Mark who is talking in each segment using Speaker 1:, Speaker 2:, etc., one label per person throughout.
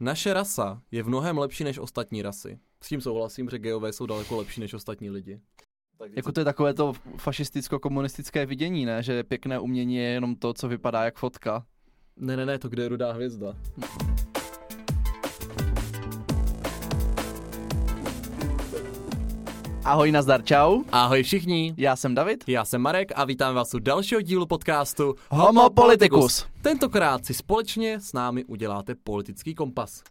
Speaker 1: Naše rasa je v mnohem lepší než ostatní rasy. S tím souhlasím, že geové jsou daleko lepší než ostatní lidi.
Speaker 2: Tak jako to je takové to fašisticko-komunistické vidění, ne? Že pěkné umění je jenom to, co vypadá jak fotka.
Speaker 1: Ne, ne, ne, to kde je rudá hvězda.
Speaker 2: Ahoj, nazdar, čau.
Speaker 1: Ahoj všichni,
Speaker 2: Já jsem David.
Speaker 1: já jsem Marek a vítám vás u dalšího dílu podcastu
Speaker 2: Homo Politicus.
Speaker 1: Tentokrát si společně s námi uděláte politický kompas.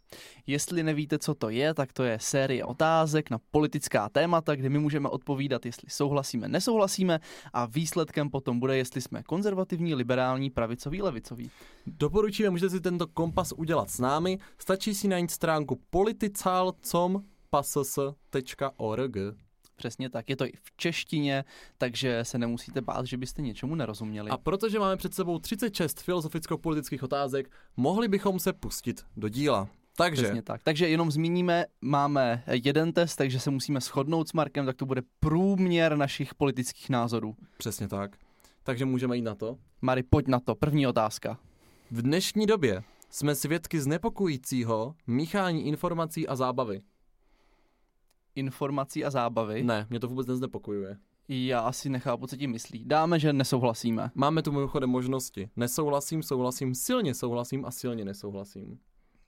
Speaker 2: Jestli nevíte, co to je, tak to je série otázek na politická témata, kde my můžeme odpovídat, jestli souhlasíme, nesouhlasíme a výsledkem potom bude, jestli jsme konzervativní, liberální, pravicový, levicový.
Speaker 1: Doporučíme, můžete si tento kompas udělat s námi, stačí si najít stránku political.com.pass.org.
Speaker 2: Přesně tak, je to i v češtině, takže se nemusíte bát, že byste něčemu nerozuměli.
Speaker 1: A protože máme před sebou 36 filozoficko-politických otázek, mohli bychom se pustit do díla. Takže
Speaker 2: Přesně tak. Takže jenom zmíníme, máme jeden test, takže se musíme shodnout s Markem, tak to bude průměr našich politických názorů.
Speaker 1: Přesně tak. Takže můžeme jít na to.
Speaker 2: Mary, pojď na to. První otázka.
Speaker 1: V dnešní době jsme svědky znepokojícího míchání informací a zábavy.
Speaker 2: Informací a zábavy.
Speaker 1: Ne, mě to vůbec neznepokojuje.
Speaker 2: Já asi nechápu, co tím myslí. Dáme, že nesouhlasíme.
Speaker 1: Máme tu mimochodem možnosti. Nesouhlasím, souhlasím, silně souhlasím a silně nesouhlasím.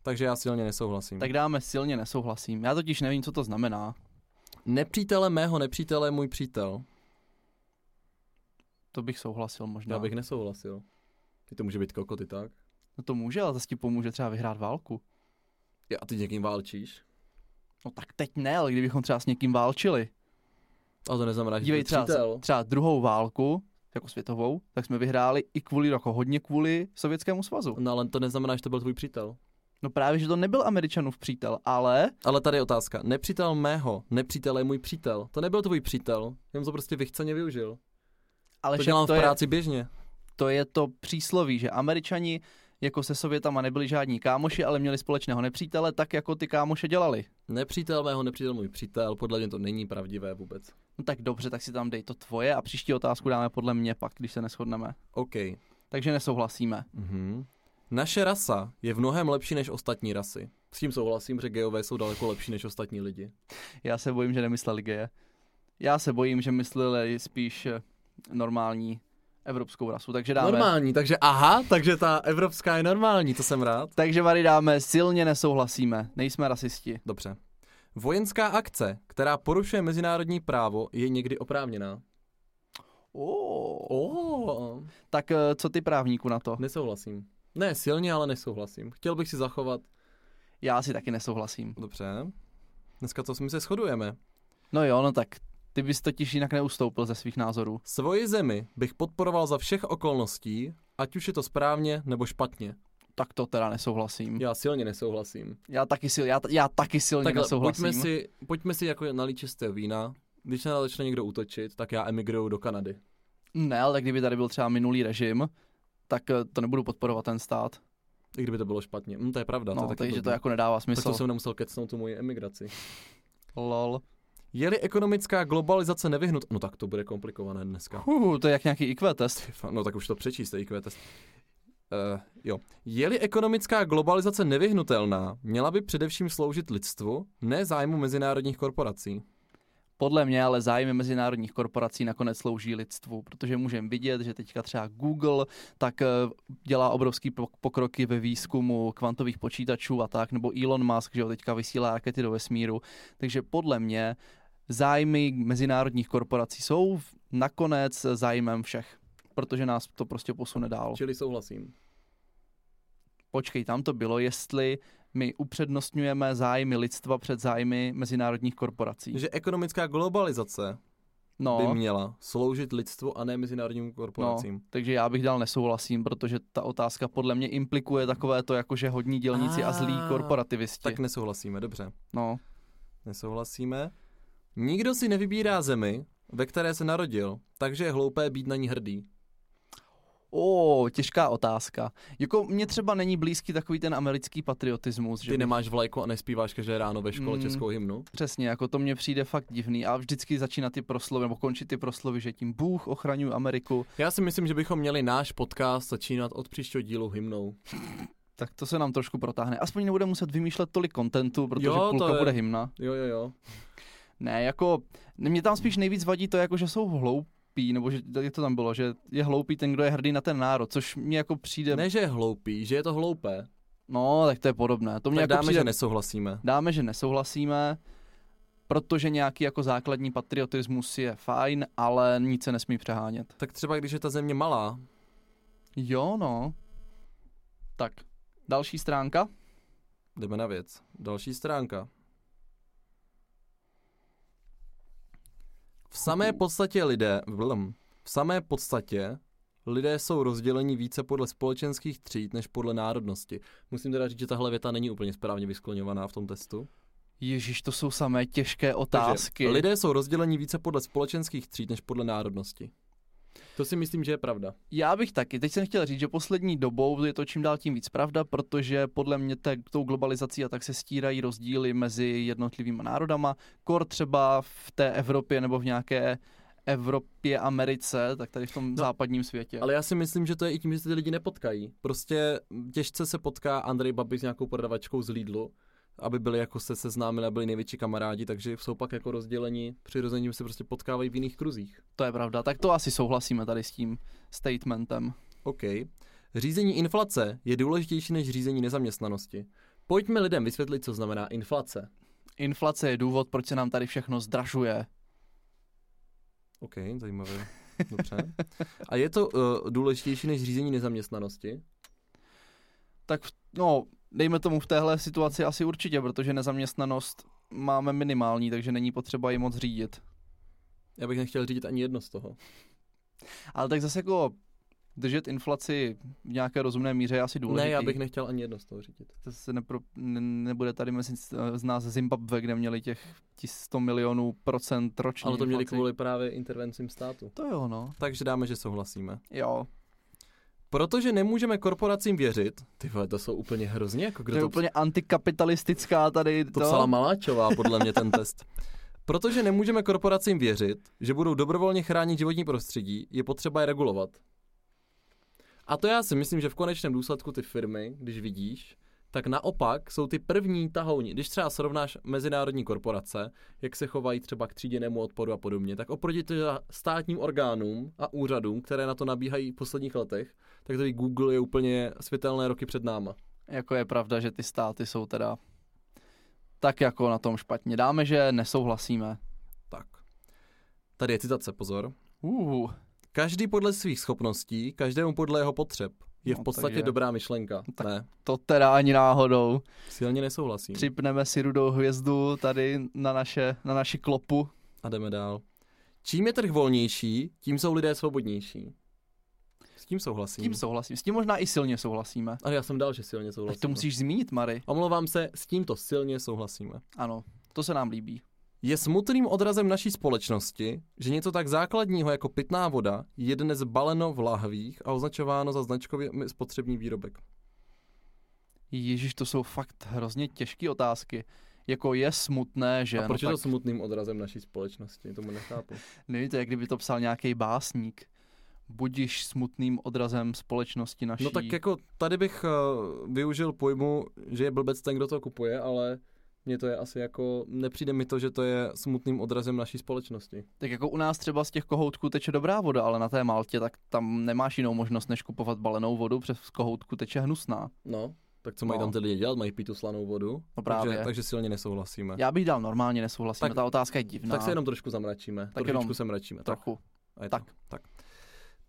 Speaker 1: Takže já silně nesouhlasím. Tak
Speaker 2: Tak dáme silně nesouhlasím. Já totiž nevím, co to znamená.
Speaker 1: nepřítele mého nepřítele je můj přítel.
Speaker 2: To bych souhlasil možná.
Speaker 1: Já bych nesouhlasil. No. Ty to může být kokot, ty tak?
Speaker 2: No to může, ale zase ti pomůže třeba vyhrát válku.
Speaker 1: Ja, a ty s někým válčíš?
Speaker 2: No tak teď ne, ale kdybychom třeba s někým válčili.
Speaker 1: A to neznamená, že to
Speaker 2: Dívej,
Speaker 1: je
Speaker 2: třeba,
Speaker 1: přítel.
Speaker 2: třeba druhou válku, jako světovou, tak jsme vyhráli i kvůli, jako hodně kvůli Sovětskému svazu.
Speaker 1: No ale to neznamená, že to byl tvůj přítel.
Speaker 2: No právě, že to nebyl Američanův přítel, ale
Speaker 1: Ale tady je otázka. Nepřítel mého, nepřítel je můj přítel. To nebyl tvůj přítel, jenom to prostě vychceně využil.
Speaker 2: ale
Speaker 1: To
Speaker 2: však
Speaker 1: dělám
Speaker 2: to,
Speaker 1: v
Speaker 2: je,
Speaker 1: práci běžně.
Speaker 2: to je to přísloví, že Američani jako se Sovětama nebyli žádní kámoši, ale měli společného nepřítele, tak jako ty kámoše dělali.
Speaker 1: Nepřítel mého, nepřítel můj přítel, podle mě to není pravdivé vůbec.
Speaker 2: No tak dobře, tak si tam dej to tvoje a příští otázku dáme podle mě pak, když se neschodneme.
Speaker 1: OK.
Speaker 2: Takže nesouhlasíme.
Speaker 1: Mhm. Naše rasa je v mnohem lepší než ostatní rasy. S tím souhlasím, že geové jsou daleko lepší než ostatní lidi.
Speaker 2: Já se bojím, že nemysleli geje. Já se bojím, že mysleli spíš eh, normální evropskou rasu, takže dáme...
Speaker 1: Normální, takže aha, takže ta evropská je normální, to jsem rád.
Speaker 2: Takže Mary dáme, silně nesouhlasíme, nejsme rasisti.
Speaker 1: Dobře. Vojenská akce, která porušuje mezinárodní právo, je někdy oprávněná.
Speaker 2: Oh.
Speaker 1: Oh,
Speaker 2: Tak eh, co ty právníku na to?
Speaker 1: nesouhlasím. Ne, silně, ale nesouhlasím. Chtěl bych si zachovat.
Speaker 2: Já si taky nesouhlasím.
Speaker 1: Dobře. Dneska to my se shodujeme.
Speaker 2: No jo, no tak ty bys totiž jinak neustoupil ze svých názorů.
Speaker 1: Svoji zemi bych podporoval za všech okolností, ať už je to správně nebo špatně.
Speaker 2: Tak to teda nesouhlasím.
Speaker 1: Já silně nesouhlasím.
Speaker 2: Já taky, sil, já, já taky silně
Speaker 1: Takhle,
Speaker 2: nesouhlasím.
Speaker 1: pojďme si, pojďme si jako nalít čistého vína. Když se na to začne někdo útočit, tak já emigruju do Kanady.
Speaker 2: Ne, ale kdyby tady byl třeba minulý režim, tak eh, to nebudu podporovat ten stát.
Speaker 1: I kdyby to bylo špatně. Hm, to je pravda. to
Speaker 2: No,
Speaker 1: je taky
Speaker 2: takže
Speaker 1: blbý.
Speaker 2: to jako nedává
Speaker 1: tak
Speaker 2: smysl.
Speaker 1: to jsem nemusel kecnout tu moji emigraci.
Speaker 2: Lol.
Speaker 1: Je-li ekonomická globalizace nevyhnut... No tak to bude komplikované dneska.
Speaker 2: Huh, to je jak nějaký IQ test.
Speaker 1: Fa- No tak už to přečíst, IQ test. Uh, jo. Je-li ekonomická globalizace nevyhnutelná, měla by především sloužit lidstvu, ne zájmu mezinárodních korporací.
Speaker 2: Podle mě ale zájmy mezinárodních korporací nakonec slouží lidstvu, protože můžeme vidět, že teďka třeba Google tak eh, dělá obrovský po- pokroky ve výzkumu kvantových počítačů a tak, nebo Elon Musk, že jo, teďka vysílá rakety do vesmíru. Takže podle mě zájmy mezinárodních korporací jsou v- nakonec zájmem všech, protože nás to prostě posune dál.
Speaker 1: Čili souhlasím.
Speaker 2: Počkej, tam to bylo, jestli my upřednostňujeme zájmy lidstva před zájmy mezinárodních korporací.
Speaker 1: Že ekonomická globalizace
Speaker 2: No.
Speaker 1: by měla sloužit lidstvu a ne mezinárodním korporacím.
Speaker 2: Takže já bych dal nesouhlasím, protože ta otázka podle mě implikuje takové to, jako že hodní dělníci a, zlí
Speaker 1: Ah,
Speaker 2: korporativisti.
Speaker 1: Tak nesouhlasíme, dobře.
Speaker 2: No,
Speaker 1: Nesouhlasíme. Nikdo si nevybírá zemi, ve které se narodil, takže je hloupé být na ní hrdý.
Speaker 2: o, těžká otázka. Jako mně třeba není blízký takový ten americký patriotismus, že
Speaker 1: Ty
Speaker 2: bych-
Speaker 1: nemáš vlajku a nespíváš každé ráno ve škole
Speaker 2: Mm.
Speaker 1: českou hymnu?
Speaker 2: přesně, jako to mně přijde fakt divný a vždycky začíná ty proslovy, nebo končí ty proslovy, že tím Bůh ochraňuje Ameriku.
Speaker 1: Já si myslím, že bychom měli náš podcast začínat od příštího dílu hymnou.
Speaker 2: tak to se nám trošku protáhne. Aspoň nebude muset vymýšlet tolik kontentu, protože
Speaker 1: Jo, to
Speaker 2: jo, půlka
Speaker 1: je-
Speaker 2: bude hymna.
Speaker 1: Jo, jo, jo.
Speaker 2: Ne, jako, mě tam spíš nejvíc vadí to, jako, že jsou hloupí, nebo že jak to tam bylo, že je hloupý ten, kdo je hrdý na ten národ, což mě jako přijde,
Speaker 1: Ne, že je hloupý, že je to hloupé.
Speaker 2: no, tak to je podobné. To mě
Speaker 1: Tak
Speaker 2: jako
Speaker 1: dáme,
Speaker 2: přijde,
Speaker 1: že nesouhlasíme.
Speaker 2: dáme, že nesouhlasíme, protože nějaký jako základní patriotismus je fajn, ale nic se nesmí přehánět.
Speaker 1: Tak třeba, když je ta země malá,
Speaker 2: Jo, no. Tak, další stránka.
Speaker 1: jdeme na věc. Další stránka. V samé podstatě lidé, vlm, v samé podstatě lidé jsou rozděleni více podle společenských tříd než podle národnosti. Musím teda říct, že tahle věta není úplně správně vyskloňovaná v tom testu.
Speaker 2: Ježíš, to jsou samé těžké
Speaker 1: Takže
Speaker 2: otázky.
Speaker 1: Lidé jsou rozděleni více podle společenských tříd než podle národnosti. To si myslím, že je pravda.
Speaker 2: Já bych taky. Teď jsem chtěl říct, že poslední dobou je to čím dál tím víc pravda, protože podle mě te, tou globalizací a tak se stírají rozdíly mezi jednotlivými národama. Kor třeba v té Evropě nebo v nějaké Evropě, Americe, tak tady v tom
Speaker 1: No,
Speaker 2: západním světě.
Speaker 1: Ale já si myslím, že to je i tím, že se ty lidi nepotkají. Prostě těžce se potká Andrej Babiš s nějakou prodavačkou z Lidlu, aby byli jako se seznámili a byli největší kamarádi, takže jsou pak jako rozděleni, přirozeně se prostě potkávají v jiných kruzích.
Speaker 2: To je pravda. Tak to asi souhlasíme tady s tím statementem.
Speaker 1: OK. Řízení inflace je důležitější než řízení nezaměstnanosti. Pojďme lidem vysvětlit, co znamená inflace.
Speaker 2: Inflace je důvod, proč se nám tady všechno zdražuje.
Speaker 1: OK, zajímavé. Dobře. A je to uh, důležitější než řízení nezaměstnanosti?
Speaker 2: Tak v- no, dejme tomu v téhle situaci asi určitě, protože nezaměstnanost máme minimální, takže není potřeba ji moc řídit.
Speaker 1: Já bych nechtěl řídit ani jedno z toho.
Speaker 2: Ale tak zase jako držet inflaci v nějaké rozumné míře je asi důležitý.
Speaker 1: Ne, já bych nechtěl ani jedno z toho řídit.
Speaker 2: To se nepro, ne, nebude tady mezi z nás Zimbabwe, kde měli těch tis- 100 milionů procent ročně
Speaker 1: Ale to měli
Speaker 2: inflaci.
Speaker 1: kvůli právě intervencím státu.
Speaker 2: To jo, no.
Speaker 1: Takže dáme, že souhlasíme.
Speaker 2: Jo.
Speaker 1: Protože nemůžeme korporacím věřit, ty vole, to jsou úplně hrozně, jako
Speaker 2: Kdo
Speaker 1: kdo
Speaker 2: to je
Speaker 1: to,
Speaker 2: úplně antikapitalistická tady.
Speaker 1: to psala Maláčová, podle mě ten test. Protože nemůžeme korporacím věřit, že budou dobrovolně chránit životní prostředí, je potřeba je regulovat. A to já si myslím, že v konečném důsledku ty firmy, když vidíš, tak naopak jsou ty první tahouni. Když třeba srovnáš mezinárodní korporace, jak se chovají třeba k tříděnému odpadu a podobně, tak oproti teda státním orgánům a úřadům, které na to nabíhají v posledních letech, tak tady Google je úplně světelné roky před náma.
Speaker 2: Jako je pravda, že ty státy jsou teda tak jako na tom špatně. Dáme, že nesouhlasíme.
Speaker 1: Tak. Tady je citace, pozor.
Speaker 2: Uh,
Speaker 1: Každý podle svých schopností, každému podle jeho potřeb. Je
Speaker 2: No,
Speaker 1: v podstatě
Speaker 2: takže- No,
Speaker 1: dobrá myšlenka.
Speaker 2: tak-
Speaker 1: Ne,
Speaker 2: to teda ani náhodou.
Speaker 1: silně nesouhlasím.
Speaker 2: Připneme si rudou hvězdu tady na, naše, na naši klopu.
Speaker 1: A jdeme dál. Čím je trh volnější, tím jsou lidé svobodnější. S tím
Speaker 2: S
Speaker 1: souhlasím.
Speaker 2: tím souhlasím. S tím možná i silně souhlasíme.
Speaker 1: Ale já jsem dal, že silně souhlasím.
Speaker 2: Tak to prostě- musíš zmínit, Mary.
Speaker 1: Omlouvám se, s tímto silně souhlasíme.
Speaker 2: Ano, to se nám líbí.
Speaker 1: Je smutným odrazem naší společnosti, že něco tak základního jako pitná voda je dnes baleno v lahvích a označováno za značkově spotřební výrobek.
Speaker 2: Ježíš, to jsou fakt hrozně těžké otázky. Jako je smutné, že...
Speaker 1: a proč
Speaker 2: no,
Speaker 1: je to
Speaker 2: tak,
Speaker 1: smutným odrazem naší společnosti? Tomu nechápu.
Speaker 2: Nevím, to je, jak kdyby to psal nějaký básník. Budiš smutným odrazem společnosti naší.
Speaker 1: No tak jako tady bych uh, využil pojmu, že je blbec ten, kdo to kupuje, ale mně to je asi jako, nepřijde mi to, že to je smutným odrazem naší společnosti.
Speaker 2: tak jako u nás třeba z těch kohoutků teče dobrá voda, ale na té Maltě tak tam nemáš jinou možnost, než kupovat balenou vodu, přes z kohoutku teče hnusná.
Speaker 1: No, tak co mají
Speaker 2: No.
Speaker 1: tam ty lidi dělat? Mají pít tu slanou vodu?
Speaker 2: No právě.
Speaker 1: Takže, takže silně nesouhlasíme.
Speaker 2: Já bych dal normálně nesouhlasím,
Speaker 1: Tak-
Speaker 2: ta otázka je divná.
Speaker 1: Tak se jenom trošku zamračíme. Tak Trošičku
Speaker 2: no. jenom
Speaker 1: se mračíme. Tak.
Speaker 2: Trochu.
Speaker 1: A je
Speaker 2: Tak.
Speaker 1: tak. To. tak.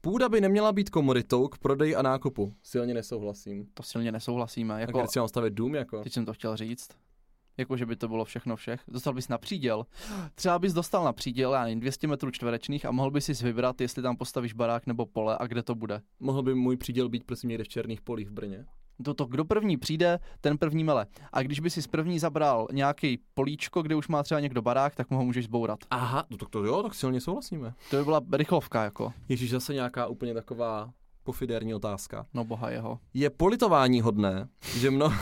Speaker 1: Půda by neměla být komoditou k prodeji a nákupu. Silně nesouhlasím.
Speaker 2: To silně nesouhlasíme.
Speaker 1: Jako,
Speaker 2: Jako,
Speaker 1: tak si mám stavět dům, jako.
Speaker 2: Teď jsem to chtěl říct. Jako, že by to bylo všechno všech. Dostal bys na příděl. Třeba bys dostal na příděl, já nevím, 200 metrů čtverečných a mohl bys si vybrat, jestli tam postavíš barák nebo pole a kde to bude.
Speaker 1: Mohl by můj příděl být prosím někde v Černých polích v Brně.
Speaker 2: To, to, kdo první přijde, ten první mele. A když by si z první zabral nějaký políčko, kde už má třeba někdo barák, tak mu ho můžeš zbourat.
Speaker 1: Aha, no tak to jo, tak silně souhlasíme.
Speaker 2: To by byla rychlovka, jako.
Speaker 1: Ježíš, zase nějaká úplně taková pofiderní otázka.
Speaker 2: No boha jeho.
Speaker 1: Je politování hodné, že mnoho...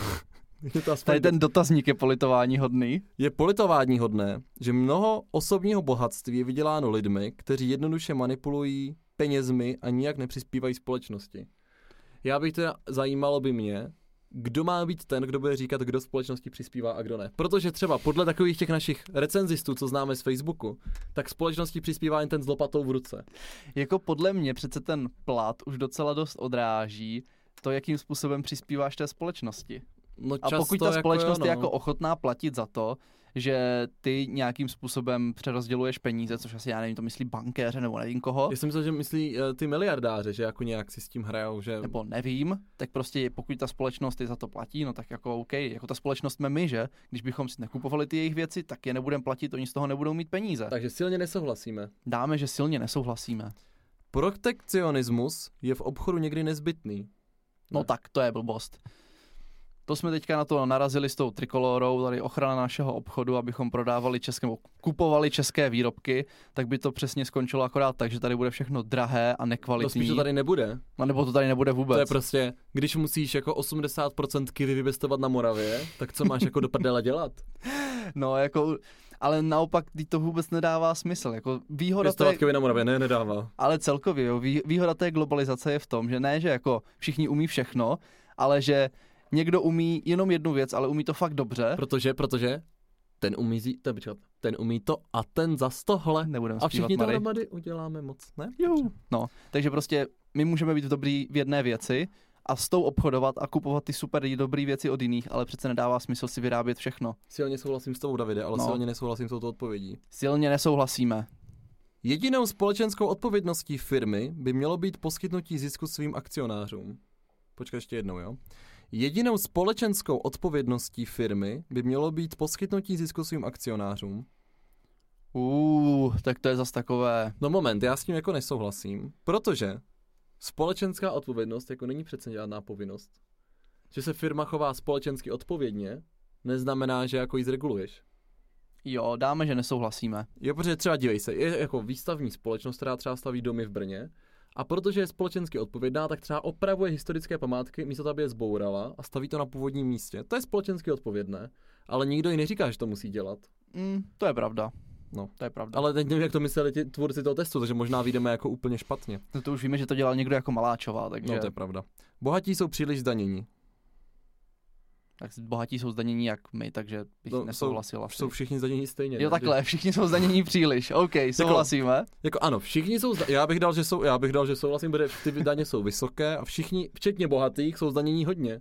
Speaker 1: je, to aspoň...
Speaker 2: Tady ten dotazník je politování hodný.
Speaker 1: je politování hodné, že mnoho osobního bohatství je vyděláno lidmi, kteří jednoduše manipulují penězmi a nijak nepřispívají společnosti. Já bych teda, zajímalo by mě, kdo má být ten, kdo bude říkat, kdo společnosti přispívá a kdo ne. Protože třeba podle takových těch našich recenzistů, co známe z Facebooku, tak společnosti přispívá jen ten s lopatou v ruce.
Speaker 2: Jako podle mě přece ten plat už docela dost odráží to, jakým způsobem přispíváš té společnosti.
Speaker 1: No
Speaker 2: A pokud
Speaker 1: často
Speaker 2: ta společnost
Speaker 1: jako,
Speaker 2: je
Speaker 1: jo,
Speaker 2: jako ochotná platit za to, že ty nějakým způsobem přerozděluješ peníze, což asi já nevím, to myslí bankéře nebo nevím koho,
Speaker 1: Já jsem myslel, že myslí eh, ty miliardáře, že jako nějak si s tím hrajou, že...
Speaker 2: nebo nevím, tak prostě pokud ta společnost je za to platí, no tak jako OK, jako ta společnost jsme my, že? Když bychom si nekupovali ty jejich věci, tak je nebudeme platit, oni z toho nebudou mít peníze. Tak.
Speaker 1: Takže silně nesouhlasíme.
Speaker 2: Dáme, že silně nesouhlasíme.
Speaker 1: Protekcionismus je v obchodu někdy nezbytný.
Speaker 2: No
Speaker 1: Ne.
Speaker 2: tak, to je blbost. To jsme teďka na to narazili s tou trikolorou, tady ochrana našeho obchodu, abychom prodávali české, nebo kupovali české výrobky, tak by to přesně skončilo akorát tak, že tady bude všechno drahé a
Speaker 1: To
Speaker 2: nekvalitní,
Speaker 1: spíš to tady nebude.
Speaker 2: a nebo to tady nebude vůbec.
Speaker 1: To je prostě, když musíš jako 80% kivy vypěstovat na Moravě, tak co máš jako do prdele dělat?
Speaker 2: No jako, ale naopak teď to vůbec nedává smysl, jako výhoda té,
Speaker 1: Pěstovat kivy na Moravě, ne, nedává.
Speaker 2: ale celkově, jo, vý- výhoda té globalizace je v tom, že ne, že jako všichni umí všechno, ale že někdo umí jenom jednu věc, ale umí to fakt dobře,
Speaker 1: Protože, protože ten umí, zí, ten, počkat, ten umí to a ten za tohle.
Speaker 2: nebudeme
Speaker 1: A
Speaker 2: zpívat,
Speaker 1: všichni to
Speaker 2: Mary.
Speaker 1: dohromady uděláme moc, ne?
Speaker 2: No, takže prostě my můžeme být dobrý v jedné věci a s tou obchodovat a kupovat ty super dobré věci od jiných, ale přece nedává smysl si vyrábět všechno.
Speaker 1: Silně souhlasím s tou Davide, ale
Speaker 2: No.
Speaker 1: no. silně nesouhlasím s touto odpovědí.
Speaker 2: Silně nesouhlasíme.
Speaker 1: Jedinou společenskou odpovědností firmy by mělo být poskytnutí zisku svým akcionářům. Počkej ještě jednou, jo. Jedinou společenskou odpovědností firmy by mělo být poskytnutí zisku svým akcionářům.
Speaker 2: Uuu, tak to je zas takové.
Speaker 1: No moment, já s tím jako nesouhlasím, protože společenská odpovědnost jako není přece žádná povinnost. Že se firma chová společensky odpovědně, neznamená, že jako ji zreguluješ.
Speaker 2: Jo, dáme, že nesouhlasíme.
Speaker 1: Jo, protože třeba dívej se, je jako výstavní společnost, která třeba staví domy v Brně, a protože je společensky odpovědná, tak třeba opravuje historické památky, místo toho, aby je zbourala a staví to na původním místě. To je společensky odpovědné, ale nikdo ji neříká, že to musí dělat.
Speaker 2: Mm, to je pravda.
Speaker 1: No.
Speaker 2: To je pravda.
Speaker 1: Ale teď nevím, jak to mysleli ti tvůrci toho testu, takže možná vyjdeme jako úplně špatně.
Speaker 2: No to už víme, že to dělal někdo jako Maláčová, takže
Speaker 1: No, to je pravda. Bohatí jsou příliš zdanění.
Speaker 2: tak bohatí jsou zdanění jak my, takže bych
Speaker 1: No,
Speaker 2: no,
Speaker 1: jsou-
Speaker 2: nesouhlasil asi.
Speaker 1: Jsou všichni zdanění stejně.
Speaker 2: Jo,
Speaker 1: ne?
Speaker 2: takhle, všichni jsou zdanění příliš. OK, souhlasíme.
Speaker 1: Že- Jako ano, všichni jsou, zda- já bych dal, že jsou, já bych dal, že souhlasím, protože ty daně jsou vysoké a všichni, včetně bohatých, jsou zdanění hodně.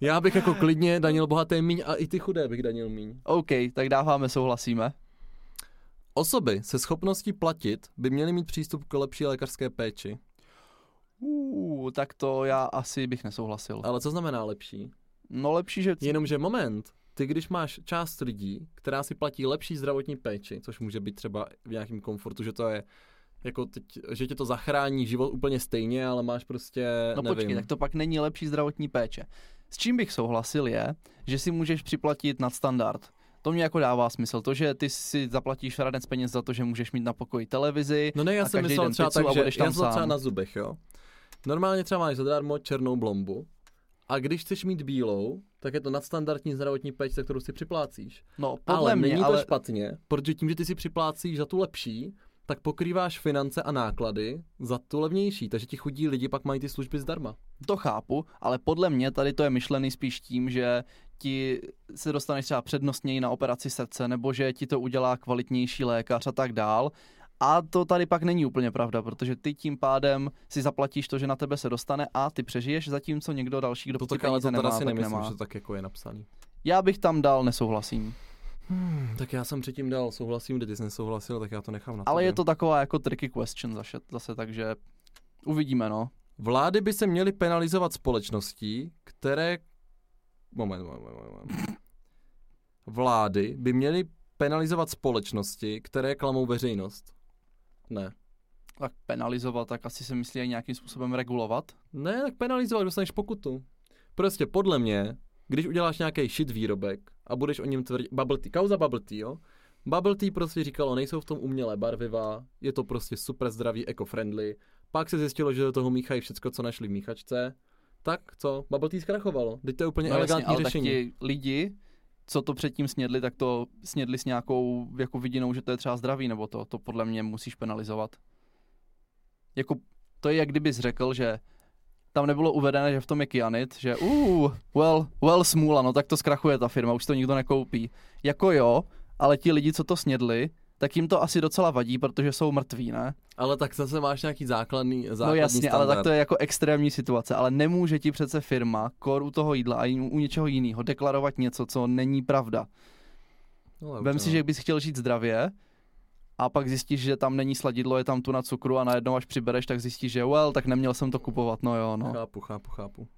Speaker 1: Já bych jako klidně danil bohaté míň a i ty chudé bych danil míň.
Speaker 2: OK, tak dáváme, souhlasíme.
Speaker 1: Osoby se schopností platit by měly mít přístup k lepší lékařské péči.
Speaker 2: Uuu, tak to já asi bych nesouhlasil.
Speaker 1: Ale co znamená lepší?
Speaker 2: No lepší, že
Speaker 1: Jenomže moment, ty když máš část lidí, která si platí lepší zdravotní péči, což může být třeba v nějakém komfortu, že to je jako teď, že ti to zachrání život úplně stejně, ale máš prostě,
Speaker 2: No
Speaker 1: nevím.
Speaker 2: počkej, tak to pak není lepší zdravotní péče. S čím bych souhlasil je, že si můžeš připlatit nad standard. To mě jako dává smysl. To, že ty si zaplatíš ranec peněz za to, že můžeš mít na pokoji televizi.
Speaker 1: No ne, já
Speaker 2: a
Speaker 1: jsem
Speaker 2: každý
Speaker 1: myslel
Speaker 2: den
Speaker 1: třeba
Speaker 2: pizzu a
Speaker 1: tak, že já
Speaker 2: budeš tam
Speaker 1: jsem to třeba
Speaker 2: sám.
Speaker 1: na zubech, jo. Normálně třeba máš zadarmo černou blombu a když chceš mít bílou, tak je to nadstandardní zdravotní péč, za kterou si připlácíš.
Speaker 2: No, podle
Speaker 1: ale
Speaker 2: mě,
Speaker 1: není to
Speaker 2: ale
Speaker 1: špatně, protože tím, že ty si připlácíš za tu lepší, tak pokrýváš finance a náklady za tu levnější, takže ti chudí lidi pak mají ty služby zdarma.
Speaker 2: to chápu, ale podle mě tady to je myšlený spíš tím, že ti se dostaneš třeba přednostněji na operaci srdce, nebo že ti to udělá kvalitnější lékař a tak dál. A to tady pak není úplně pravda, protože ty tím pádem si zaplatíš to, že na tebe se dostane a ty přežiješ, zatímco někdo další, kdo
Speaker 1: To
Speaker 2: ty
Speaker 1: tak ale
Speaker 2: peníze
Speaker 1: to
Speaker 2: nemá,
Speaker 1: teda si
Speaker 2: tak
Speaker 1: nemyslím,
Speaker 2: nemá.
Speaker 1: že to tak jako je napsaný.
Speaker 2: Já bych tam dal nesouhlasím.
Speaker 1: Hmm, tak já jsem předtím dal souhlasím, kdy ty jsi nesouhlasil, tak já to nechám na
Speaker 2: Ale
Speaker 1: tobě.
Speaker 2: je to taková jako tricky question zase, zase takže uvidíme, no.
Speaker 1: Vlády by se měly penalizovat společností, které... Moment, moment, moment, moment. Vlády by měly penalizovat společnosti, které klamou veřejnost. Ne.
Speaker 2: Tak penalizovat, tak asi se myslí i nějakým způsobem regulovat.
Speaker 1: Ne, tak penalizovat, dostaneš pokutu. Prostě podle mě, když uděláš nějaký shit výrobek a budeš o něm tvrdit... Bubble tea, kauza bubble tea, jo? Bubble tea prostě říkalo, nejsou v tom umělé barviva, je to prostě super zdravý, eco-friendly. Pak se zjistilo, že do toho míchají všecko, co našli v míchačce. Tak co? Bubble tea zkrachovalo. Teď to je úplně
Speaker 2: No jasně,
Speaker 1: elegantní
Speaker 2: ale tak
Speaker 1: řešení.
Speaker 2: ti lidi, co to předtím snědli, tak to snědli s nějakou jako vidinou, že to je třeba zdravý, nebo to, to podle mě musíš penalizovat. Jako to je, jak kdybys řekl, že tam nebylo uvedené, že v tom je kyanit, že uh, well, well smůla, no tak to zkrachuje ta firma, už to nikdo nekoupí. Jako jo, ale ti lidi, co to snědli, tak jim to asi docela vadí, protože jsou mrtví, ne?
Speaker 1: Ale tak zase máš nějaký základný,
Speaker 2: no
Speaker 1: základní
Speaker 2: jasně,
Speaker 1: standard.
Speaker 2: ale tak to je jako extrémní situace, ale nemůže ti přece firma kor u toho jídla a i u něčeho jiného deklarovat něco, co není pravda.
Speaker 1: No, dobře,
Speaker 2: Vem si,
Speaker 1: no.
Speaker 2: že bys chtěl žít zdravě a pak zjistíš, že tam není sladidlo, je tam tu na cukru a najednou až přibereš, tak zjistíš, že well, tak neměl jsem to kupovat, no jo, no.
Speaker 1: Chápu, chápu, chápu.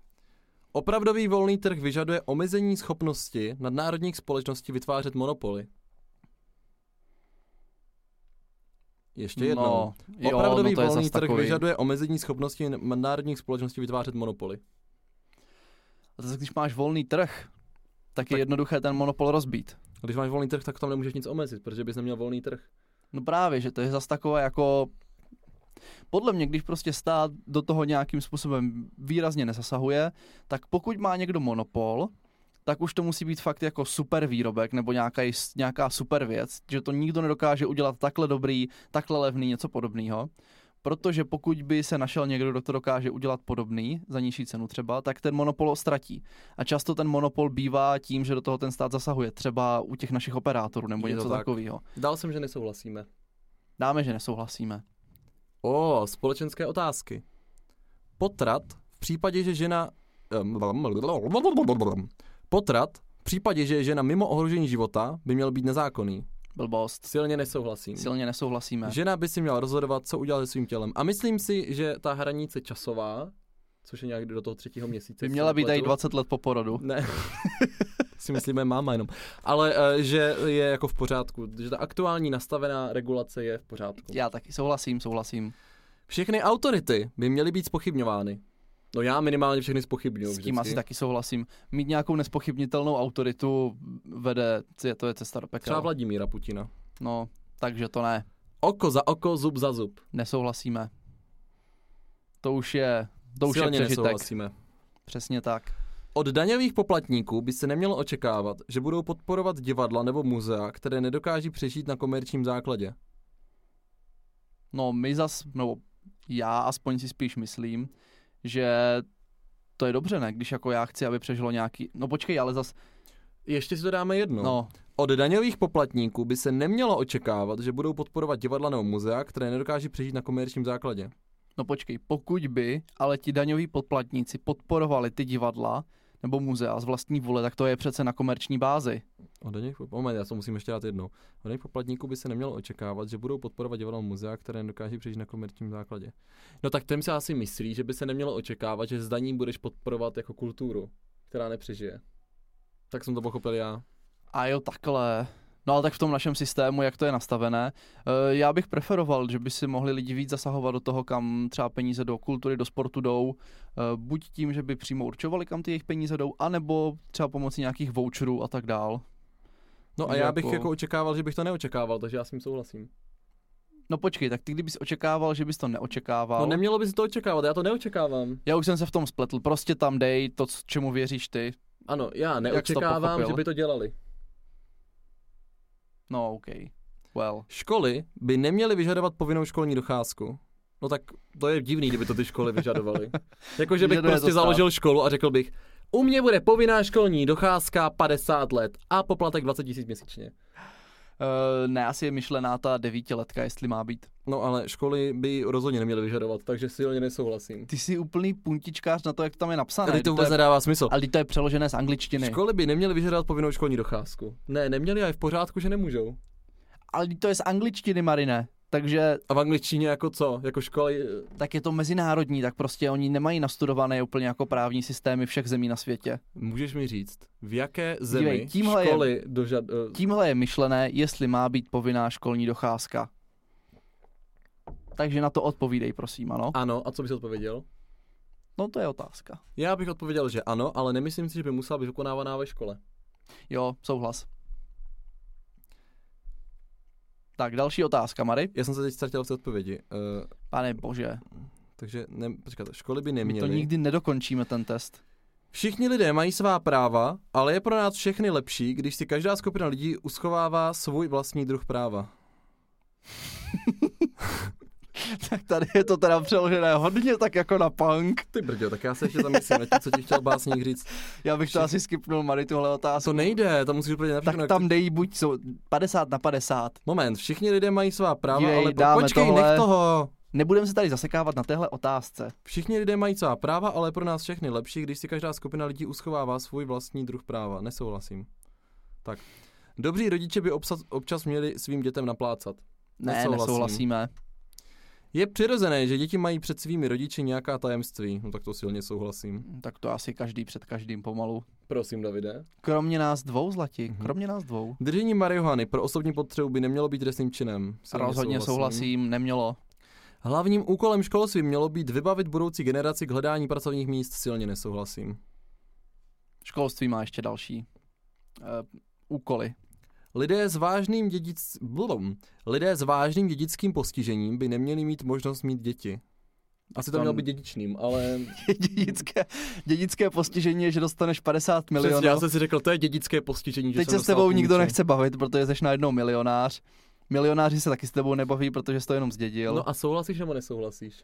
Speaker 1: Opravdový volný trh vyžaduje omezení schopnosti nadnárodních společností vytvářet monopoly. Ještě jednou.
Speaker 2: no, jo,
Speaker 1: Opravdový
Speaker 2: no to je
Speaker 1: volný
Speaker 2: zas
Speaker 1: trh
Speaker 2: takový.
Speaker 1: vyžaduje omezení schopnosti nadnárodních společností vytvářet monopoly.
Speaker 2: A zase, když máš volný trh, tak je
Speaker 1: Tak-
Speaker 2: jednoduché ten monopol rozbít.
Speaker 1: A Když máš volný trh, tak tam nemůžeš nic omezit, protože bys neměl volný trh.
Speaker 2: No právě, že to je zase takové jako... Podle mě, když prostě stát do toho nějakým způsobem výrazně nezasahuje, tak pokud má někdo monopol, tak už to musí být fakt jako super výrobek nebo nějaká, nějaká super věc, že to nikdo nedokáže udělat takhle dobrý, takhle levný, něco podobného. Protože pokud by se našel někdo, kdo to dokáže udělat podobný, za nižší cenu třeba, tak ten monopol ztratí. A často ten monopol bývá tím, že do toho ten stát zasahuje, třeba u těch našich operátorů nebo
Speaker 1: Je to
Speaker 2: něco
Speaker 1: tak.
Speaker 2: takového.
Speaker 1: Dál jsem, že nesouhlasíme.
Speaker 2: Dáme, že nesouhlasíme.
Speaker 1: O, společenské otázky. Potrat v případě, že žena... ehm, Potrat v případě, že je žena mimo ohrožení života, by měl být nezákonný.
Speaker 2: Blbost.
Speaker 1: Silně nesouhlasím.
Speaker 2: Silně nesouhlasíme. Že...
Speaker 1: Žena by si měla rozhodovat, co udělat se svým tělem. A myslím si, že ta hranice časová, což je někdy do toho třetího měsíce.
Speaker 2: By
Speaker 1: jestli
Speaker 2: měla být tady
Speaker 1: nepletu-
Speaker 2: 20 let po porodu.
Speaker 1: Ne, si myslíme máma jenom. Ale eh, že je jako v pořádku, že ta aktuální nastavená regulace je v pořádku.
Speaker 2: Já taky souhlasím, souhlasím.
Speaker 1: Všechny autority by měly být spochybňovány. No já minimálně všechny spochybňuji.
Speaker 2: S tím asi taky souhlasím. Mít nějakou nespochybnitelnou autoritu vede, je to je cesta do
Speaker 1: Třeba
Speaker 2: pekla.
Speaker 1: Vladimíra Putina.
Speaker 2: No, takže to ne.
Speaker 1: Oko za oko, zub za zub.
Speaker 2: Nesouhlasíme. To už je, to už
Speaker 1: Silně
Speaker 2: je přežitek.
Speaker 1: nesouhlasíme.
Speaker 2: Přesně tak.
Speaker 1: Od daňových poplatníků by se nemělo očekávat, že budou podporovat divadla nebo muzea, které nedokáží přežít na komerčním základě.
Speaker 2: No my zas, no já aspoň si spíš myslím, že to je dobře, ne? Když jako já chci, aby přežilo nějaký... No počkej, ale zas...
Speaker 1: Ještě si to dáme jednou.
Speaker 2: No, no
Speaker 1: Od daňových poplatníků by se nemělo očekávat, že budou podporovat divadla nebo muzea, které nedokáží přežít na komerčním základě.
Speaker 2: No počkej, pokud by ale ti daňoví podplatníci podporovali ty divadla nebo muzea z vlastní vůle, tak to je přece na komerční bázi.
Speaker 1: O daňových pop- Moment, já to musím ještě dát jednou. Od daňových poplatníků by se nemělo očekávat, že budou podporovat divadla nebo muzea, které nedokáží přežít na komerčním základě. No tak ten se asi myslí, že by se nemělo očekávat, že s daním budeš podporovat jako kulturu, která nepřežije. Tak jsem to pochopil já.
Speaker 2: A jo, takhle. No ale tak v tom našem systému, jak to je nastavené, eh, já bych preferoval, že by si mohli lidi víc zasahovat do toho, kam třeba peníze do kultury, do sportu jdou, eh, buď tím, že by přímo určovali, kam ty jejich peníze jdou, anebo třeba pomocí nějakých voucherů a tak dál.
Speaker 1: No a
Speaker 2: Že
Speaker 1: já bych
Speaker 2: jako-
Speaker 1: jako očekával, že bych to neočekával, takže já s tím souhlasím.
Speaker 2: No počkej, tak ty kdybys očekával, že bys to neočekával.
Speaker 1: No nemělo by se to očekávat, já to neočekávám.
Speaker 2: Já už jsem se v tom spletl, prostě tam dej to, c- čemu věříš ty.
Speaker 1: Ano, já
Speaker 2: to
Speaker 1: neočekávám, že
Speaker 2: pochopil?
Speaker 1: by to dělali.
Speaker 2: No, OK. Well.
Speaker 1: Školy by neměly vyžadovat povinnou školní docházku. No tak to je divný, kdyby to ty školy vyžadovaly. Jakože bych
Speaker 2: Vyžaduje to
Speaker 1: prostě
Speaker 2: stát.
Speaker 1: založil školu a řekl bych, u mě bude povinná školní docházka 50 let a poplatek 20 tisíc měsíčně.
Speaker 2: Uh, ne, asi je myšlená ta devítiletka, jestli má být.
Speaker 1: No ale školy by rozhodně neměly vyžadovat, takže silně nesouhlasím.
Speaker 2: Ty jsi úplný puntičkář na to, jak to tam je napsané.
Speaker 1: Ale to vůbec
Speaker 2: je,
Speaker 1: nedává smysl.
Speaker 2: ale to je přeložené z angličtiny. Ško...
Speaker 1: Školy by neměly vyžadovat povinnou školní docházku. Ne, neměly a je v pořádku, že nemůžou.
Speaker 2: Ale to je z angličtiny, Marine. Takže
Speaker 1: A v angličtině jako co? Jako školy... eh,
Speaker 2: tak je to mezinárodní, tak prostě oni nemají nastudované úplně jako právní systémy všech zemí na světě.
Speaker 1: Můžeš mi říct, v jaké zemi
Speaker 2: Dívej, tímhle je-
Speaker 1: školy dožad... eh,
Speaker 2: Tímhle je myšlené, jestli má být povinná školní docházka. Takže na to odpovídej, prosím, ano.
Speaker 1: Ano, a co bys odpověděl?
Speaker 2: No to je otázka.
Speaker 1: Já bych odpověděl, že ano, ale nemyslím si, že by musela být vykonávaná ve škole.
Speaker 2: Jo, souhlas. Tak, další otázka, Mary.
Speaker 1: Já jsem se teď ztratil v té odpovědi, uh,
Speaker 2: Pane bože,
Speaker 1: takže ne, počkat, školy by
Speaker 2: my to
Speaker 1: neměly.
Speaker 2: nikdy nedokončíme ten test.
Speaker 1: Všichni lidé mají svá práva, ale je pro nás všechny lepší, když si každá skupina lidí uschovává svůj vlastní druh práva.
Speaker 2: tak tady je to teda přeložené hodně tak jako na punk.
Speaker 1: Ty brďo, tak já se ještě zamyslím na tím, co ti chtěl básník říct.
Speaker 2: Já bych to asi skipnul, Mary, tuhle otázku.
Speaker 1: To nejde, tam musíš úplně na
Speaker 2: Tak
Speaker 1: všechno, jak
Speaker 2: tam dej buď jsou 50 na 50.
Speaker 1: Moment, všichni lidé mají svá práva,
Speaker 2: Dívej,
Speaker 1: ale pro...
Speaker 2: dáme
Speaker 1: počkej,
Speaker 2: tohle.
Speaker 1: nech toho.
Speaker 2: Nebudeme se tady zasekávat na téhle otázce.
Speaker 1: Všichni lidé mají svá práva, ale je pro nás všechny lepší, když si každá skupina lidí uschovává svůj vlastní druh práva. Nesouhlasím. Tak. Dobří rodiče by obsaz, občas měli svým dětem naplácat.
Speaker 2: Ne,
Speaker 1: Nesouhlasím.
Speaker 2: nesouhlasíme.
Speaker 1: Je přirozené, že děti mají před svými rodiči nějaká tajemství. No tak to silně souhlasím.
Speaker 2: Tak to asi každý před každým pomalu.
Speaker 1: Prosím, Davide.
Speaker 2: Kromě nás dvou, Zlati.
Speaker 1: Mhm.
Speaker 2: Kromě nás dvou.
Speaker 1: Držení marihuany pro osobní potřebu by nemělo být trestným činem. Silně
Speaker 2: Rozhodně souhlasím, nemělo.
Speaker 1: Hlavním úkolem školství mělo být vybavit budoucí generaci k hledání pracovních míst. Silně nesouhlasím.
Speaker 2: Školství má ještě další uh, úkoly.
Speaker 1: Lidé s vážným dědic... Blum. Lidé s vážným dědickým postižením by neměli mít možnost mít děti. Asi to
Speaker 2: Tam-
Speaker 1: mělo být dědičným, ale...
Speaker 2: dědické, dědické postižení je, že dostaneš 50
Speaker 1: Přesně, já
Speaker 2: milionů.
Speaker 1: jsem si řekl, to je dědické postižení, že
Speaker 2: Teď
Speaker 1: jsem
Speaker 2: se s
Speaker 1: dostal
Speaker 2: tebou nikdo
Speaker 1: pomůcek.
Speaker 2: nechce bavit, protože jsi najednou milionář. Milionáři se taky s tebou nebaví, protože jsi to jenom zdědil. No.
Speaker 1: No a souhlasíš nebo nesouhlasíš?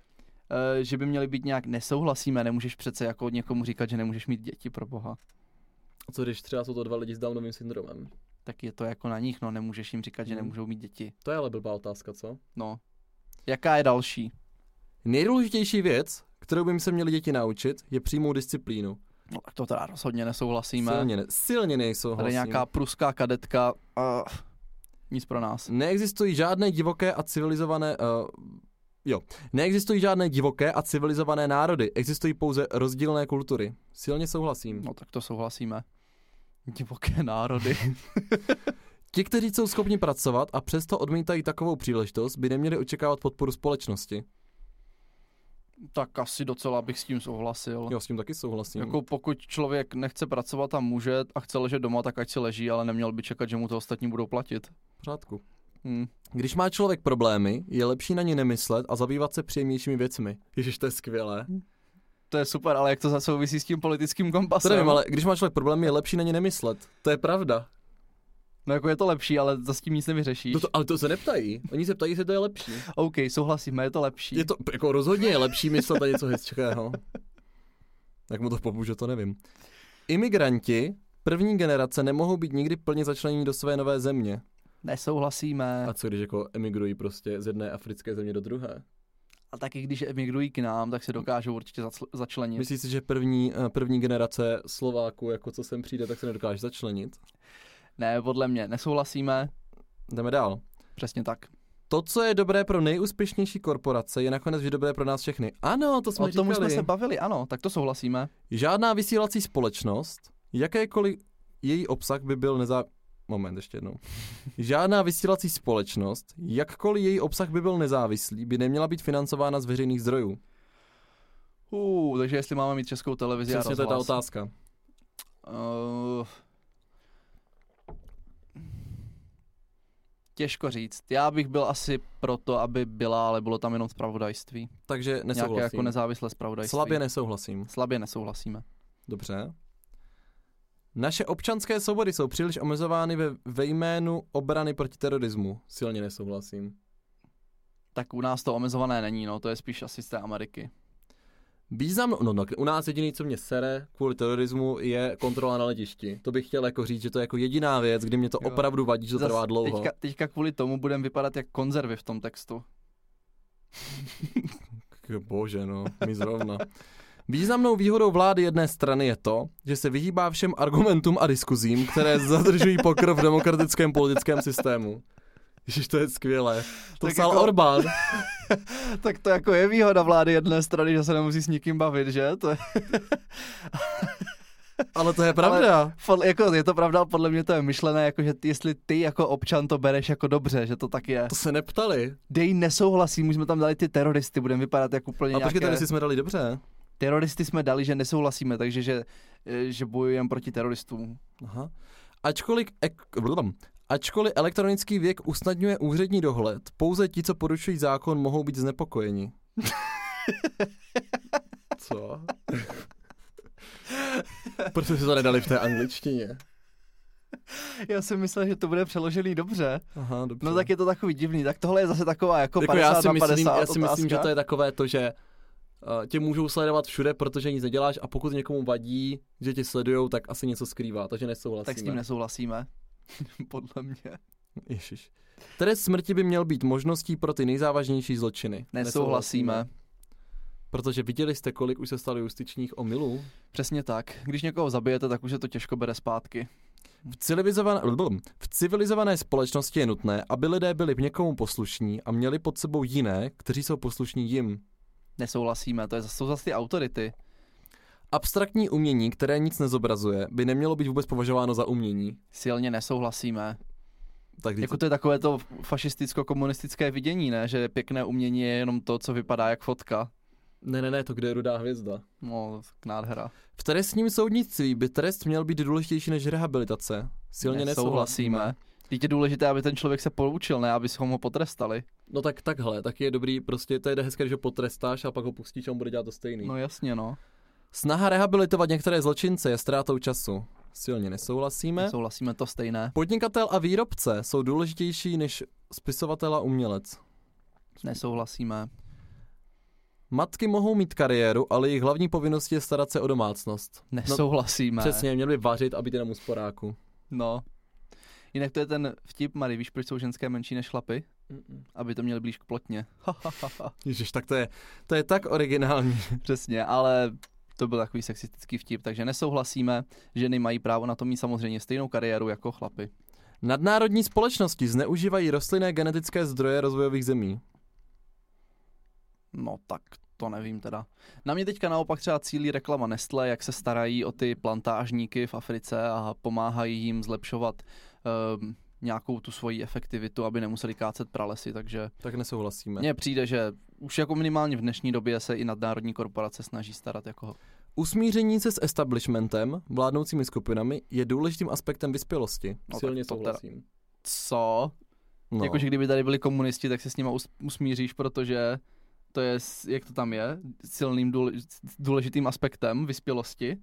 Speaker 2: Že by měli být nějak nesouhlasíme, nemůžeš přece jako někomu říkat, že nemůžeš mít děti pro boha.
Speaker 1: A co když třeba jsou to dva lidi s Downovým syndromem?
Speaker 2: Tak je to jako na nich, no nemůžeš jim říkat, že
Speaker 1: Mhm.
Speaker 2: nemůžou mít děti.
Speaker 1: To je ale blbá otázka, co?
Speaker 2: No. Jaká je další?
Speaker 1: Nejdůležitější věc, kterou by jim se měli děti naučit, je přímou disciplínu.
Speaker 2: No tak to teda rozhodně nesouhlasíme.
Speaker 1: Silně, ne, silně nejsouhlasím.
Speaker 2: Tady nějaká pruská kadetka. Uh, nic pro nás.
Speaker 1: Neexistují žádné divoké a civilizované... Uh, jo. Neexistují žádné divoké a civilizované národy. Existují pouze rozdílné kultury. Silně souhlasím.
Speaker 2: No tak to souhlasíme. Divoké národy.
Speaker 1: Ti, kteří jsou schopni pracovat a přesto odmítají takovou příležitost, by neměli očekávat podporu společnosti.
Speaker 2: tak asi docela bych s tím souhlasil.
Speaker 1: Jo, s tím taky souhlasím.
Speaker 2: No. Jako pokud člověk nechce pracovat a může a chce ležet doma, tak ať si leží, ale neměl by čekat, že mu to ostatní budou platit.
Speaker 1: V pořádku.
Speaker 2: Hmm.
Speaker 1: Když má člověk problémy, je lepší na ně nemyslet a zabývat se příjemnějšími věcmi. Ježiš, to je skvělé.
Speaker 2: To je super, ale jak to za souvisí s tím politickým
Speaker 1: To
Speaker 2: kompasem?
Speaker 1: nevím, ale když má člověk problémy, je lepší na ně nemyslet. To je pravda.
Speaker 2: No jako je to lepší, ale za s tím nic nevyřešíš.
Speaker 1: No to, ale to se neptají. Oni se ptají, jestli to je lepší.
Speaker 2: OK, souhlasíme, je to lepší.
Speaker 1: Je to jako rozhodně je lepší myslet na něco hezčého. Jak mu to pomůže, to nevím. Imigranti první generace nemohou být nikdy plně začleněni do své nové země.
Speaker 2: Nesouhlasíme.
Speaker 1: A co když jako emigrují prostě z jedné africké země do druhé?
Speaker 2: A taky když emigrují k nám, tak se dokážou určitě zacl- začlenit.
Speaker 1: Myslíš si, že první, eh, první generace Slováků, jako co sem přijde, tak se nedokáže začlenit?
Speaker 2: Ne, podle mě nesouhlasíme.
Speaker 1: Jdeme dál.
Speaker 2: Přesně tak.
Speaker 1: To, co je dobré pro nejúspěšnější korporace, je nakonec vždy dobré pro nás všechny. Ano, to jsme
Speaker 2: o tom už jsme
Speaker 1: říkali.
Speaker 2: se bavili, ano, tak to souhlasíme.
Speaker 1: Žádná vysílací společnost, jakékoliv její obsah by byl nezá... Moment, ještě jednou. Žádná vysílací společnost, jakkoliv její obsah by byl nezávislý, by neměla být financována z veřejných zdrojů.
Speaker 2: Uh, takže jestli máme mít českou televizi a
Speaker 1: Přesně to je ta
Speaker 2: rozhlas.
Speaker 1: otázka.
Speaker 2: Uh, těžko říct. Já bych byl asi proto, aby byla, ale bylo tam jenom spravodajství.
Speaker 1: Takže
Speaker 2: Nějaké
Speaker 1: nesouhlasím.
Speaker 2: jako nezávislé spravodajství.
Speaker 1: Slabě nesouhlasím.
Speaker 2: Slabě nesouhlasíme.
Speaker 1: Dobře. Naše občanské svobody jsou příliš omezovány ve, ve jménu obrany proti terorismu. Silně nesouhlasím.
Speaker 2: Tak u nás to omezované není, no, to je spíš asi z té Ameriky.
Speaker 1: Význam, no, no, u nás jediný, co mě sere kvůli terorismu, je kontrola na letišti. To bych chtěl jako říct, že to je jako jediná věc, kdy mě to
Speaker 2: Jo.
Speaker 1: jo. opravdu vadí, že to
Speaker 2: Zas
Speaker 1: trvá dlouho.
Speaker 2: Teďka, teďka kvůli tomu budeme vypadat jak konzervy v tom textu.
Speaker 1: K bože, no, mi zrovna. Významnou výhodou vlády jedné strany je to, že se vyhýbá všem argumentům a diskuzím, které zadržují pokrov v demokratickém politickém systému. Ježiš, to je skvělé. To
Speaker 2: Tak
Speaker 1: psal
Speaker 2: jako-
Speaker 1: Orbán.
Speaker 2: Tak to jako je výhoda vlády jedné strany, že se nemusí s nikým bavit, že? To je,
Speaker 1: Ale to je pravda.
Speaker 2: podle, jako, je to pravda, ale podle mě to je myšlené, jako, že ty- jestli ty jako občan to bereš jako dobře, že to tak je.
Speaker 1: To se neptali.
Speaker 2: Dej nesouhlasím, už jsme tam dali ty teroristy, budeme vypadat jako úplně
Speaker 1: A počkej,
Speaker 2: nějaké...
Speaker 1: tady si jsme dali dobře.
Speaker 2: Teroristy jsme dali, že nesouhlasíme, takže že, eh, že bojujeme proti teroristům.
Speaker 1: Aha. Ačkoliv, ek- blbam. Ačkoliv elektronický věk usnadňuje úřední dohled, pouze ti, co porušují zákon, mohou být znepokojeni. Co? Proč jste si to nedali v té angličtině?
Speaker 2: Já jsem myslel, že to bude přeložený dobře.
Speaker 1: Aha, dobře.
Speaker 2: No tak je to takový divný. Tak tohle je zase taková jako,
Speaker 1: jako
Speaker 2: 50
Speaker 1: já si,
Speaker 2: na
Speaker 1: myslím,
Speaker 2: 50
Speaker 1: já si myslím,
Speaker 2: otázka.
Speaker 1: že to je takové to, že eh, tě můžou sledovat všude, protože nic neděláš a pokud někomu vadí, že tě sledujou, tak asi něco skrývá, takže nesouhlasíme.
Speaker 2: Tak s tím nesouhlasíme. Podle mě.
Speaker 1: Ježiš. Trest smrti by měl být možností pro ty nejzávažnější zločiny.
Speaker 2: Nesouhlasíme.
Speaker 1: Protože viděli jste, kolik už se stalo justičních
Speaker 2: Hm.
Speaker 1: omylů?
Speaker 2: Přesně tak. Když někoho zabijete, tak už se to těžko bere zpátky.
Speaker 1: V civilizované, blblm. v civilizované společnosti je nutné, aby lidé byli někomu poslušní a měli pod sebou jiné, kteří jsou poslušní jim.
Speaker 2: Nesouhlasíme, to je, jsou zase ty autority.
Speaker 1: Abstraktní umění, které nic nezobrazuje, by nemělo být vůbec považováno za umění.
Speaker 2: Silně nesouhlasíme.
Speaker 1: Tak když
Speaker 2: Jako to je takové to fašisticko-komunistické vidění, ne? Že pěkné umění je jenom to, co vypadá jak fotka.
Speaker 1: Ne, ne, ne, to kde je rudá hvězda.
Speaker 2: No, tak nádhera.
Speaker 1: V trestním soudnictví by trest měl být důležitější než rehabilitace. Silně nesouhlasíme.
Speaker 2: Teď je důležité, aby ten člověk se poučil, ne aby ho potrestali.
Speaker 1: No tak takhle, tak je dobrý, prostě to je hezké, když ho potrestáš a pak ho pustíš a on bude dělat to stejný.
Speaker 2: No jasně, no.
Speaker 1: Snaha rehabilitovat některé zločince je ztrátou času. Silně nesouhlasíme.
Speaker 2: Souhlasíme to stejné.
Speaker 1: Podnikatel a výrobce jsou důležitější než spisovatel a umělec.
Speaker 2: Nesouhlasíme.
Speaker 1: Matky mohou mít kariéru, ale jejich hlavní povinností je starat se o domácnost.
Speaker 2: Nesouhlasíme.
Speaker 1: No, Přesně, měli by vařit a být jenom úsporáku.
Speaker 2: No. Jinak to je ten vtip, Mary, víš, proč jsou ženské menší než chlapy? Aby to měli blíž k plotně.
Speaker 1: Ježiš, tak to je, to je tak originální.
Speaker 2: Přesně, ale to byl takový sexistický vtip, takže nesouhlasíme. Ženy mají právo na to mít samozřejmě stejnou kariéru jako chlapy.
Speaker 1: Nadnárodní společnosti zneužívají rostlinné genetické zdroje rozvojových zemí.
Speaker 2: No tak to nevím teda. Na mě teďka naopak třeba cílí reklama Nestle, jak se starají o ty plantážníky v Africe a pomáhají jim zlepšovat um, nějakou tu svoji efektivitu, aby nemuseli kácet pralesy, takže
Speaker 1: Tak nesouhlasíme.
Speaker 2: mně přijde, že už jako minimálně v dnešní době se i nadnárodní korporace snaží starat jako
Speaker 1: Usmíření se s establishmentem, vládnoucími skupinami, je důležitým aspektem vyspělosti.
Speaker 2: No,
Speaker 1: Silně
Speaker 2: tak to
Speaker 1: souhlasím.
Speaker 2: co?
Speaker 1: No.
Speaker 2: No. Jakože kdyby tady byli komunisti, tak se s nima us- usmíříš, protože to je, s- jak to tam je, silným důle- důležitým aspektem vyspělosti.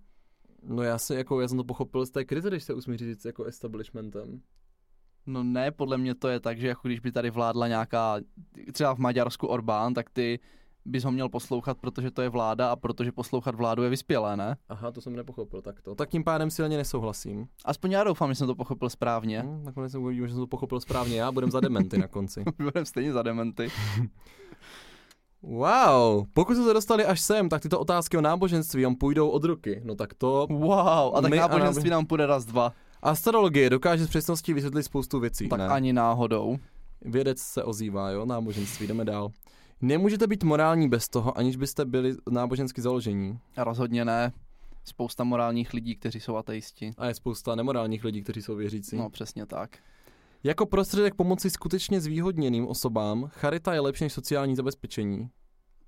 Speaker 1: no já, si, jako, já jsem to pochopil z té krize, když se usmíří s jako establishmentem.
Speaker 2: No ne, podle mě to je tak, že jako když by tady vládla nějaká, třeba v Maďarsku Orbán, tak ty bys ho měl poslouchat, protože to je vláda a protože poslouchat vládu je vyspělé, ne?
Speaker 1: Aha, to jsem nepochopil takto. Tak tím pádem silně nesouhlasím.
Speaker 2: Aspoň já doufám, že jsem to pochopil správně.
Speaker 1: Hm, nakonec jsem uvidím, že jsem to pochopil správně. Já budem za dementy na konci.
Speaker 2: My budeme stejně za dementy.
Speaker 1: Wow, pokud jste se dostali až sem, tak tyto otázky o náboženství vám půjdou od ruky. No tak to...
Speaker 2: Wow, a tak
Speaker 1: My a
Speaker 2: náboženství
Speaker 1: nábož-
Speaker 2: nám půjde raz, dva.
Speaker 1: Astrologie dokáže s přesností vysvětlit spoustu věcí.
Speaker 2: Tak
Speaker 1: ne?
Speaker 2: ani náhodou.
Speaker 1: Vědec se ozývá, jo, náboženství, jdeme dál. Nemůžete být morální bez toho, aniž byste byli nábožensky založení.
Speaker 2: A rozhodně ne. Spousta morálních lidí, kteří jsou ateisti.
Speaker 1: A je spousta nemorálních lidí, kteří jsou věřící.
Speaker 2: No přesně tak.
Speaker 1: Jako prostředek pomoci skutečně zvýhodněným osobám, charita je lepší než sociální zabezpečení.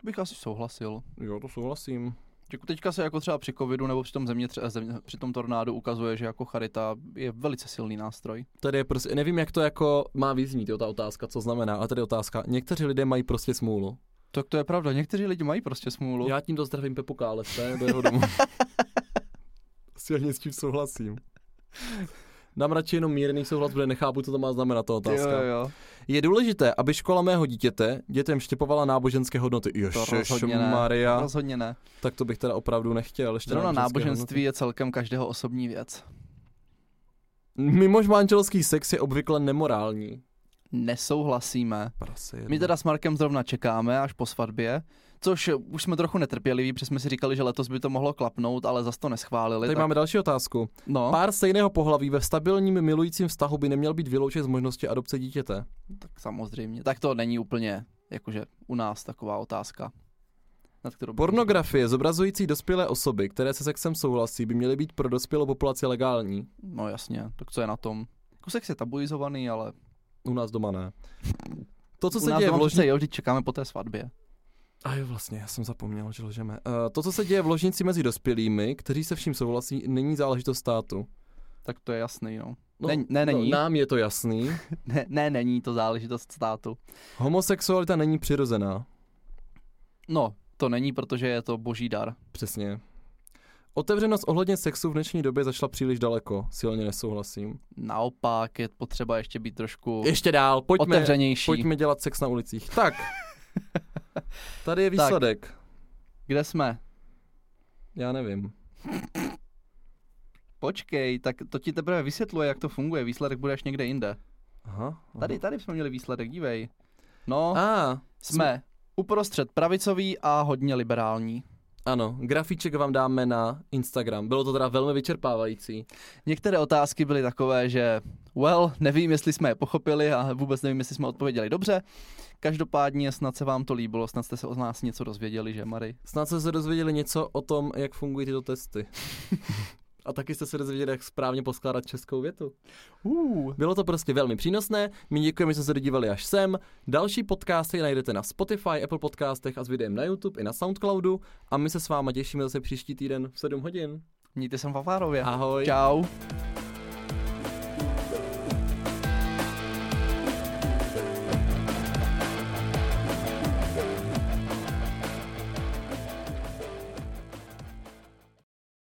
Speaker 2: To bych asi souhlasil.
Speaker 1: Jo, to souhlasím.
Speaker 2: Jako teďka se jako třeba při covidu nebo při tom, zemětře, země, při tom tornádu ukazuje, že jako charita je velice silný nástroj.
Speaker 1: Tady je prostě, nevím, jak to jako má vyznít, jo, ta otázka, co znamená, a tady je otázka, někteří lidé mají prostě smůlu.
Speaker 2: Tak to je pravda, někteří lidi mají prostě smůlu.
Speaker 1: Já tímto zdravím Pepu Kálese do jeho domu. Silně s tím souhlasím. Dám radši jenom mírný souhlas, protože nechápu, co to má znamenat ta otázka.
Speaker 2: Jo, jo, jo.
Speaker 1: Je důležité, aby škola mého dítěte dětem štěpovala náboženské hodnoty.
Speaker 2: To
Speaker 1: Ježiš
Speaker 2: rozhodně ne.
Speaker 1: Maria.
Speaker 2: Rozhodně ne.
Speaker 1: Tak to bych teda opravdu nechtěl. Ještě
Speaker 2: Zrovna
Speaker 1: náboženské
Speaker 2: náboženství je celkem každého osobní věc.
Speaker 1: hodnoty. Mimož manželský sex je obvykle nemorální.
Speaker 2: Nesouhlasíme.
Speaker 1: Prase
Speaker 2: My teda s Markem zrovna čekáme až po svatbě, což už jsme trochu netrpěliví, protože jsme si říkali, že letos by to mohlo klapnout, ale zas to neschválili.
Speaker 1: Tady
Speaker 2: tak...
Speaker 1: máme další otázku.
Speaker 2: No,
Speaker 1: Pár stejného pohlaví ve stabilním milujícím vztahu by neměl být vyloučen z možnosti adopce dítěte.
Speaker 2: tak samozřejmě. Tak to není úplně, jakože u nás taková otázka. Nad kterou bych-
Speaker 1: Pornografie zobrazující dospělé osoby, které se sexem souhlasí, by měly být pro dospělou populaci legální.
Speaker 2: No jasně, tak co je na tom? Jako sex je tabuizovaný, ale
Speaker 1: U nás doma ne. To, co
Speaker 2: u
Speaker 1: se
Speaker 2: nás
Speaker 1: děje v
Speaker 2: doma
Speaker 1: ložnici,
Speaker 2: přece jo, vždyť čekáme po té svatbě.
Speaker 1: A jo, vlastně, já jsem zapomněl, že lžeme. Uh, to, co se děje v ložnici mezi dospělými, kteří se vším souhlasí, není záležitost státu.
Speaker 2: Tak to je jasný, no.
Speaker 1: No,
Speaker 2: Nen- ne, není.
Speaker 1: No, nám je to jasný.
Speaker 2: Ne, ne, není to záležitost státu.
Speaker 1: Homosexualita není přirozená.
Speaker 2: No, to není, protože je to boží dar.
Speaker 1: Přesně. Otevřenost ohledně sexu v dnešní době zašla příliš daleko, silně nesouhlasím.
Speaker 2: Naopak je potřeba ještě být trošku
Speaker 1: Ještě dál, pojďme,
Speaker 2: otevřenější.
Speaker 1: pojďme dělat sex na ulicích. Tak, tady je výsledek.
Speaker 2: Kde jsme?
Speaker 1: Já nevím.
Speaker 2: Počkej, tak to ti teprve vysvětluje, jak to funguje. Výsledek bude až někde jinde.
Speaker 1: Aha. aha.
Speaker 2: Tady, tady jsme měli výsledek, dívej. No,
Speaker 1: A,
Speaker 2: jsme uprostřed pravicový a hodně liberální.
Speaker 1: ano, grafíček vám dáme na Instagram. Bylo to teda velmi vyčerpávající.
Speaker 2: Některé otázky byly takové, že well, nevím, jestli jsme je pochopili a vůbec nevím, jestli jsme odpověděli dobře. Každopádně snad se vám to líbilo, snad jste se od nás něco dozvěděli, že Mary?
Speaker 1: Snad jste se dozvěděli něco o tom, jak fungují tyto testy. A taky jste se dozvěděli, jak správně poskládat českou větu.
Speaker 2: Uh.
Speaker 1: Bylo to prostě velmi přínosné, my děkujeme, že jste se dodívali až sem. Další podcasty najdete na Spotify, Apple podcastech a s videem na YouTube i na Soundcloudu. A my se s váma těšíme zase příští týden v 7 hodin.
Speaker 2: Mějte se v Vavárově.
Speaker 1: Ahoj.
Speaker 2: Čau.